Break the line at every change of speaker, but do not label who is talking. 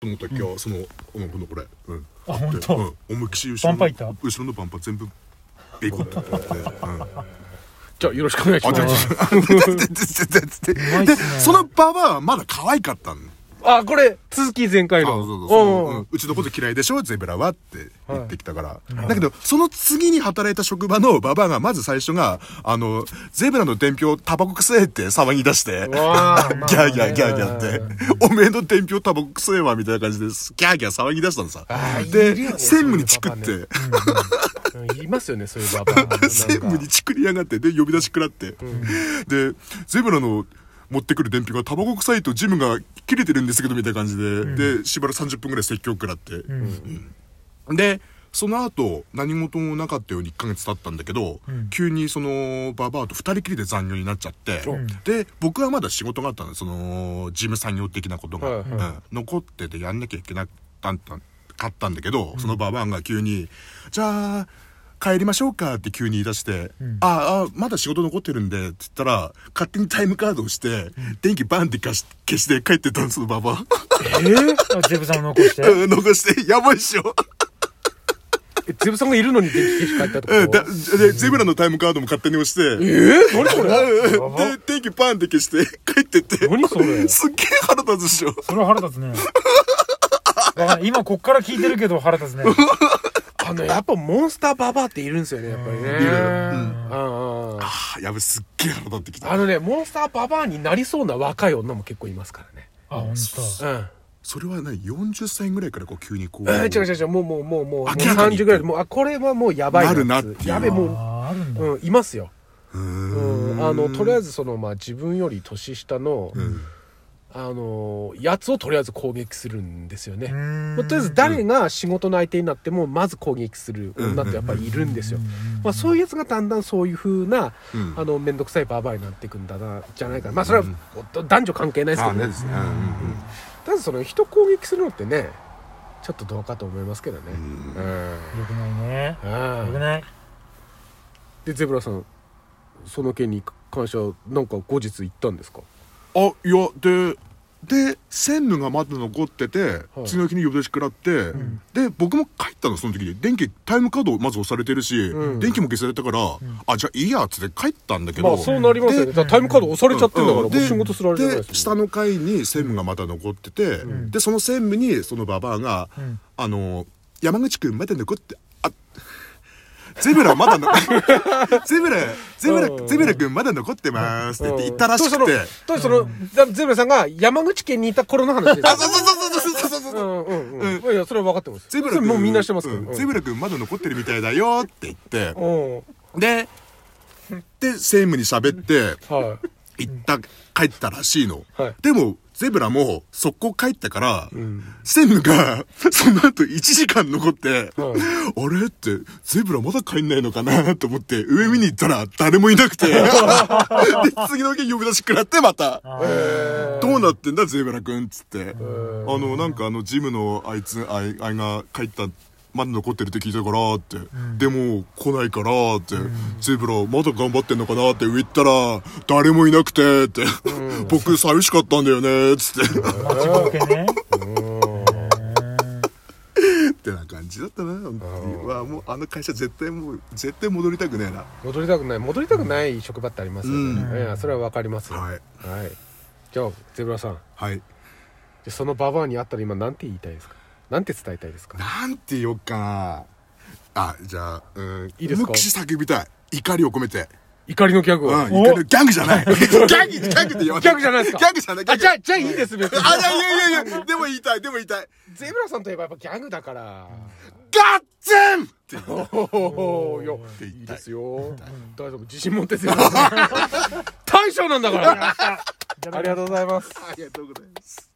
と思ったっけ、はその、うん、このこれ、うん、
あ本
う
当
ん、思いっきし後ろ
バンパイター
の後ろのバンパー全部ベコってやって、うん、
じゃあよろしくお願いしま
あ、ちょちょ
す。
ちょ
まいっ
です
ね
そのババアはまだ可愛かったの
あ、これ、続き前回
あ
の。
そうそうそううんうんうちのこと嫌いでしょゼブラはって言ってきたから、だけどその次に働いた職場のババアがまず最初があのゼブラの伝票タバコくせえって騒ぎ出してギ
わあ
ャーギャーギャーギャーっておめえの伝票タバコくせえわみたいな感じでギャーギャー騒ぎ出したのさで
いるよ
専
ね
務にチクって、
そういううんいますよね、そういうババア。 なんか
専務にチクりやがってで呼び出し食らって、でゼブラの持ってくる電費がタバコ臭いとジムが切れてるんですけどみたいな感じで、でしばらく30分ぐらい説教食らって、うんでその後何事もなかったように1ヶ月経ったんだけど、急にそのババアと2人きりで残業になっちゃって、で僕はまだ仕事があったのその事務産業的なことが、
はいはい
うん残っててやんなきゃいけなかったんかったんだけど、そのババアが急に「じゃあ帰りましょうか」って急に言い出して「ああまだ仕事残ってるんで」って言ったら勝手にタイムカードをして、電気バンって消し消して帰ってったのそのババ
えー、あゼブさんを残して
ア うん残して「やばいっしょ」
えゼブさんがいるのに電気消し帰ったって
うん
こと
だでゼブラのタイムカードも勝手に押して。
えー、何これ
うんで電気バンって消して 帰ってって
何それ
すっげえ腹立つっしょ
それは腹立つねわかんない今こっから聞いてるけど腹立つね
あの、やっぱモンスターババアっているんですよね、やっぱりね。うんうんうん
あーやべすっげえ腹立ってきた
あのね、モンスターババアになりそうな若い女も結構いますからね。
あ本
うん。
それは何40歳ぐらいからこう急にこう、
えー違う違う違う、もうもうもうもう、もう
明らかに
30ぐらいで、もう、あ、これはもうやばいって
なるなっていう
やべ、
当
もう
あーあるんだ、
うん、いますよ。
うー
うんん、あのとりあえずその、まあ、自分より年下の、
ん
あのやつをとりあえず攻撃するんですよね。
ん
まあとりあえず誰が仕事の相手になってもまず攻撃する女ってやっぱりいるんですよ。まあ、そういうやつがだんだんそういう風な、
うん
あの面倒くさいババアになっていくんだなじゃないかな。まあそれは、男女関係ないですけ
あ
ど
ねですね
ただその人攻撃するのってねちょっとどうかと思いますけどね。うん
よくないね
あ
よ
あ
くない
でゼブラさんその件に関してはなんか後日言ったんですか
あいやでで専務がまだ残ってて、
はい
次の日に呼び出し食らって、で僕も帰ったのその時に電気タイムカードをまず押されてるし、
うん
電気も消されたから、あじゃあいいやっつって帰ったんだけど、
まあそうなりますよ
で
ねだからタイムカード押されちゃってんだから、
うん
こう仕事すられてない
で
です
下
よね
の階に専務がまだ残ってて、でその専務にそのババアが「
ん
あの山口君まだ残ってあゼブラまだの ゼブラゼブ
うん
ラゼブラ君まだ残ってます」って言って言ったらしくて。
当時その当時そのゼブラさんが山口県にいた頃の話です
あそうそうそうそうそうそうそ
う
うん
うんうん、いやそれは分かってます
ゼブラ
それ
君
もうみんなしてますから、
うん
うん、
ゼブラ君まだ残ってるみたいだよって言って
うん
でで専務に喋って
は
行った帰ったらしいの、
はい
でもゼブラも速攻帰ったから、
ん
専務が その後1時間残って、
は
あれってゼブラまだ帰んないのかなと思って上見に行ったら誰もい なくてで次の日呼び出し食らってまた
あ
い、え
ー
ー、
どうなってんだゼブラくんっつってあ
ん
のなんかあのジムのあいつあいあいが帰ったまだ残ってるって聞いたからって、でも来ないからって、ゼブラまだ頑張ってんのかなって言ったら誰もいなくてって、僕寂しかったんだよねっつって、っ
待ちぼうけね
てな感じだったな本当にわあもうあの会社絶対もう絶対戻りたくねえな
戻りたくない戻りたくない職場ってありますよね、
うん
いやそれは分かりますよ
はい
はい、じゃあゼブラさん
はい
でそのババアに会ったら今なんて言いたいですかなんて伝えたいですか
なんて言おうかなあじゃあうん
いいですか
思いっきり叫びたい怒りを込めて
怒りのギャグを、
うん、ギャグじゃない。 ギャグ、ギャグって言わない。
ギャグじゃないですか
ギャグじゃない。ギャ
あ
グ
じゃあじゃあいいです別に
あ、いやいやいや いや、でも言いたい、でも言いたい。
ゼブラさんといえばやっぱギャグだから、
ガッツンって言う
おおよ
て言いたい
いいですよ大丈夫自信持ってゼブ ラさん大将なんだから
じゃあ
ありがとうございます
ありがとうございます。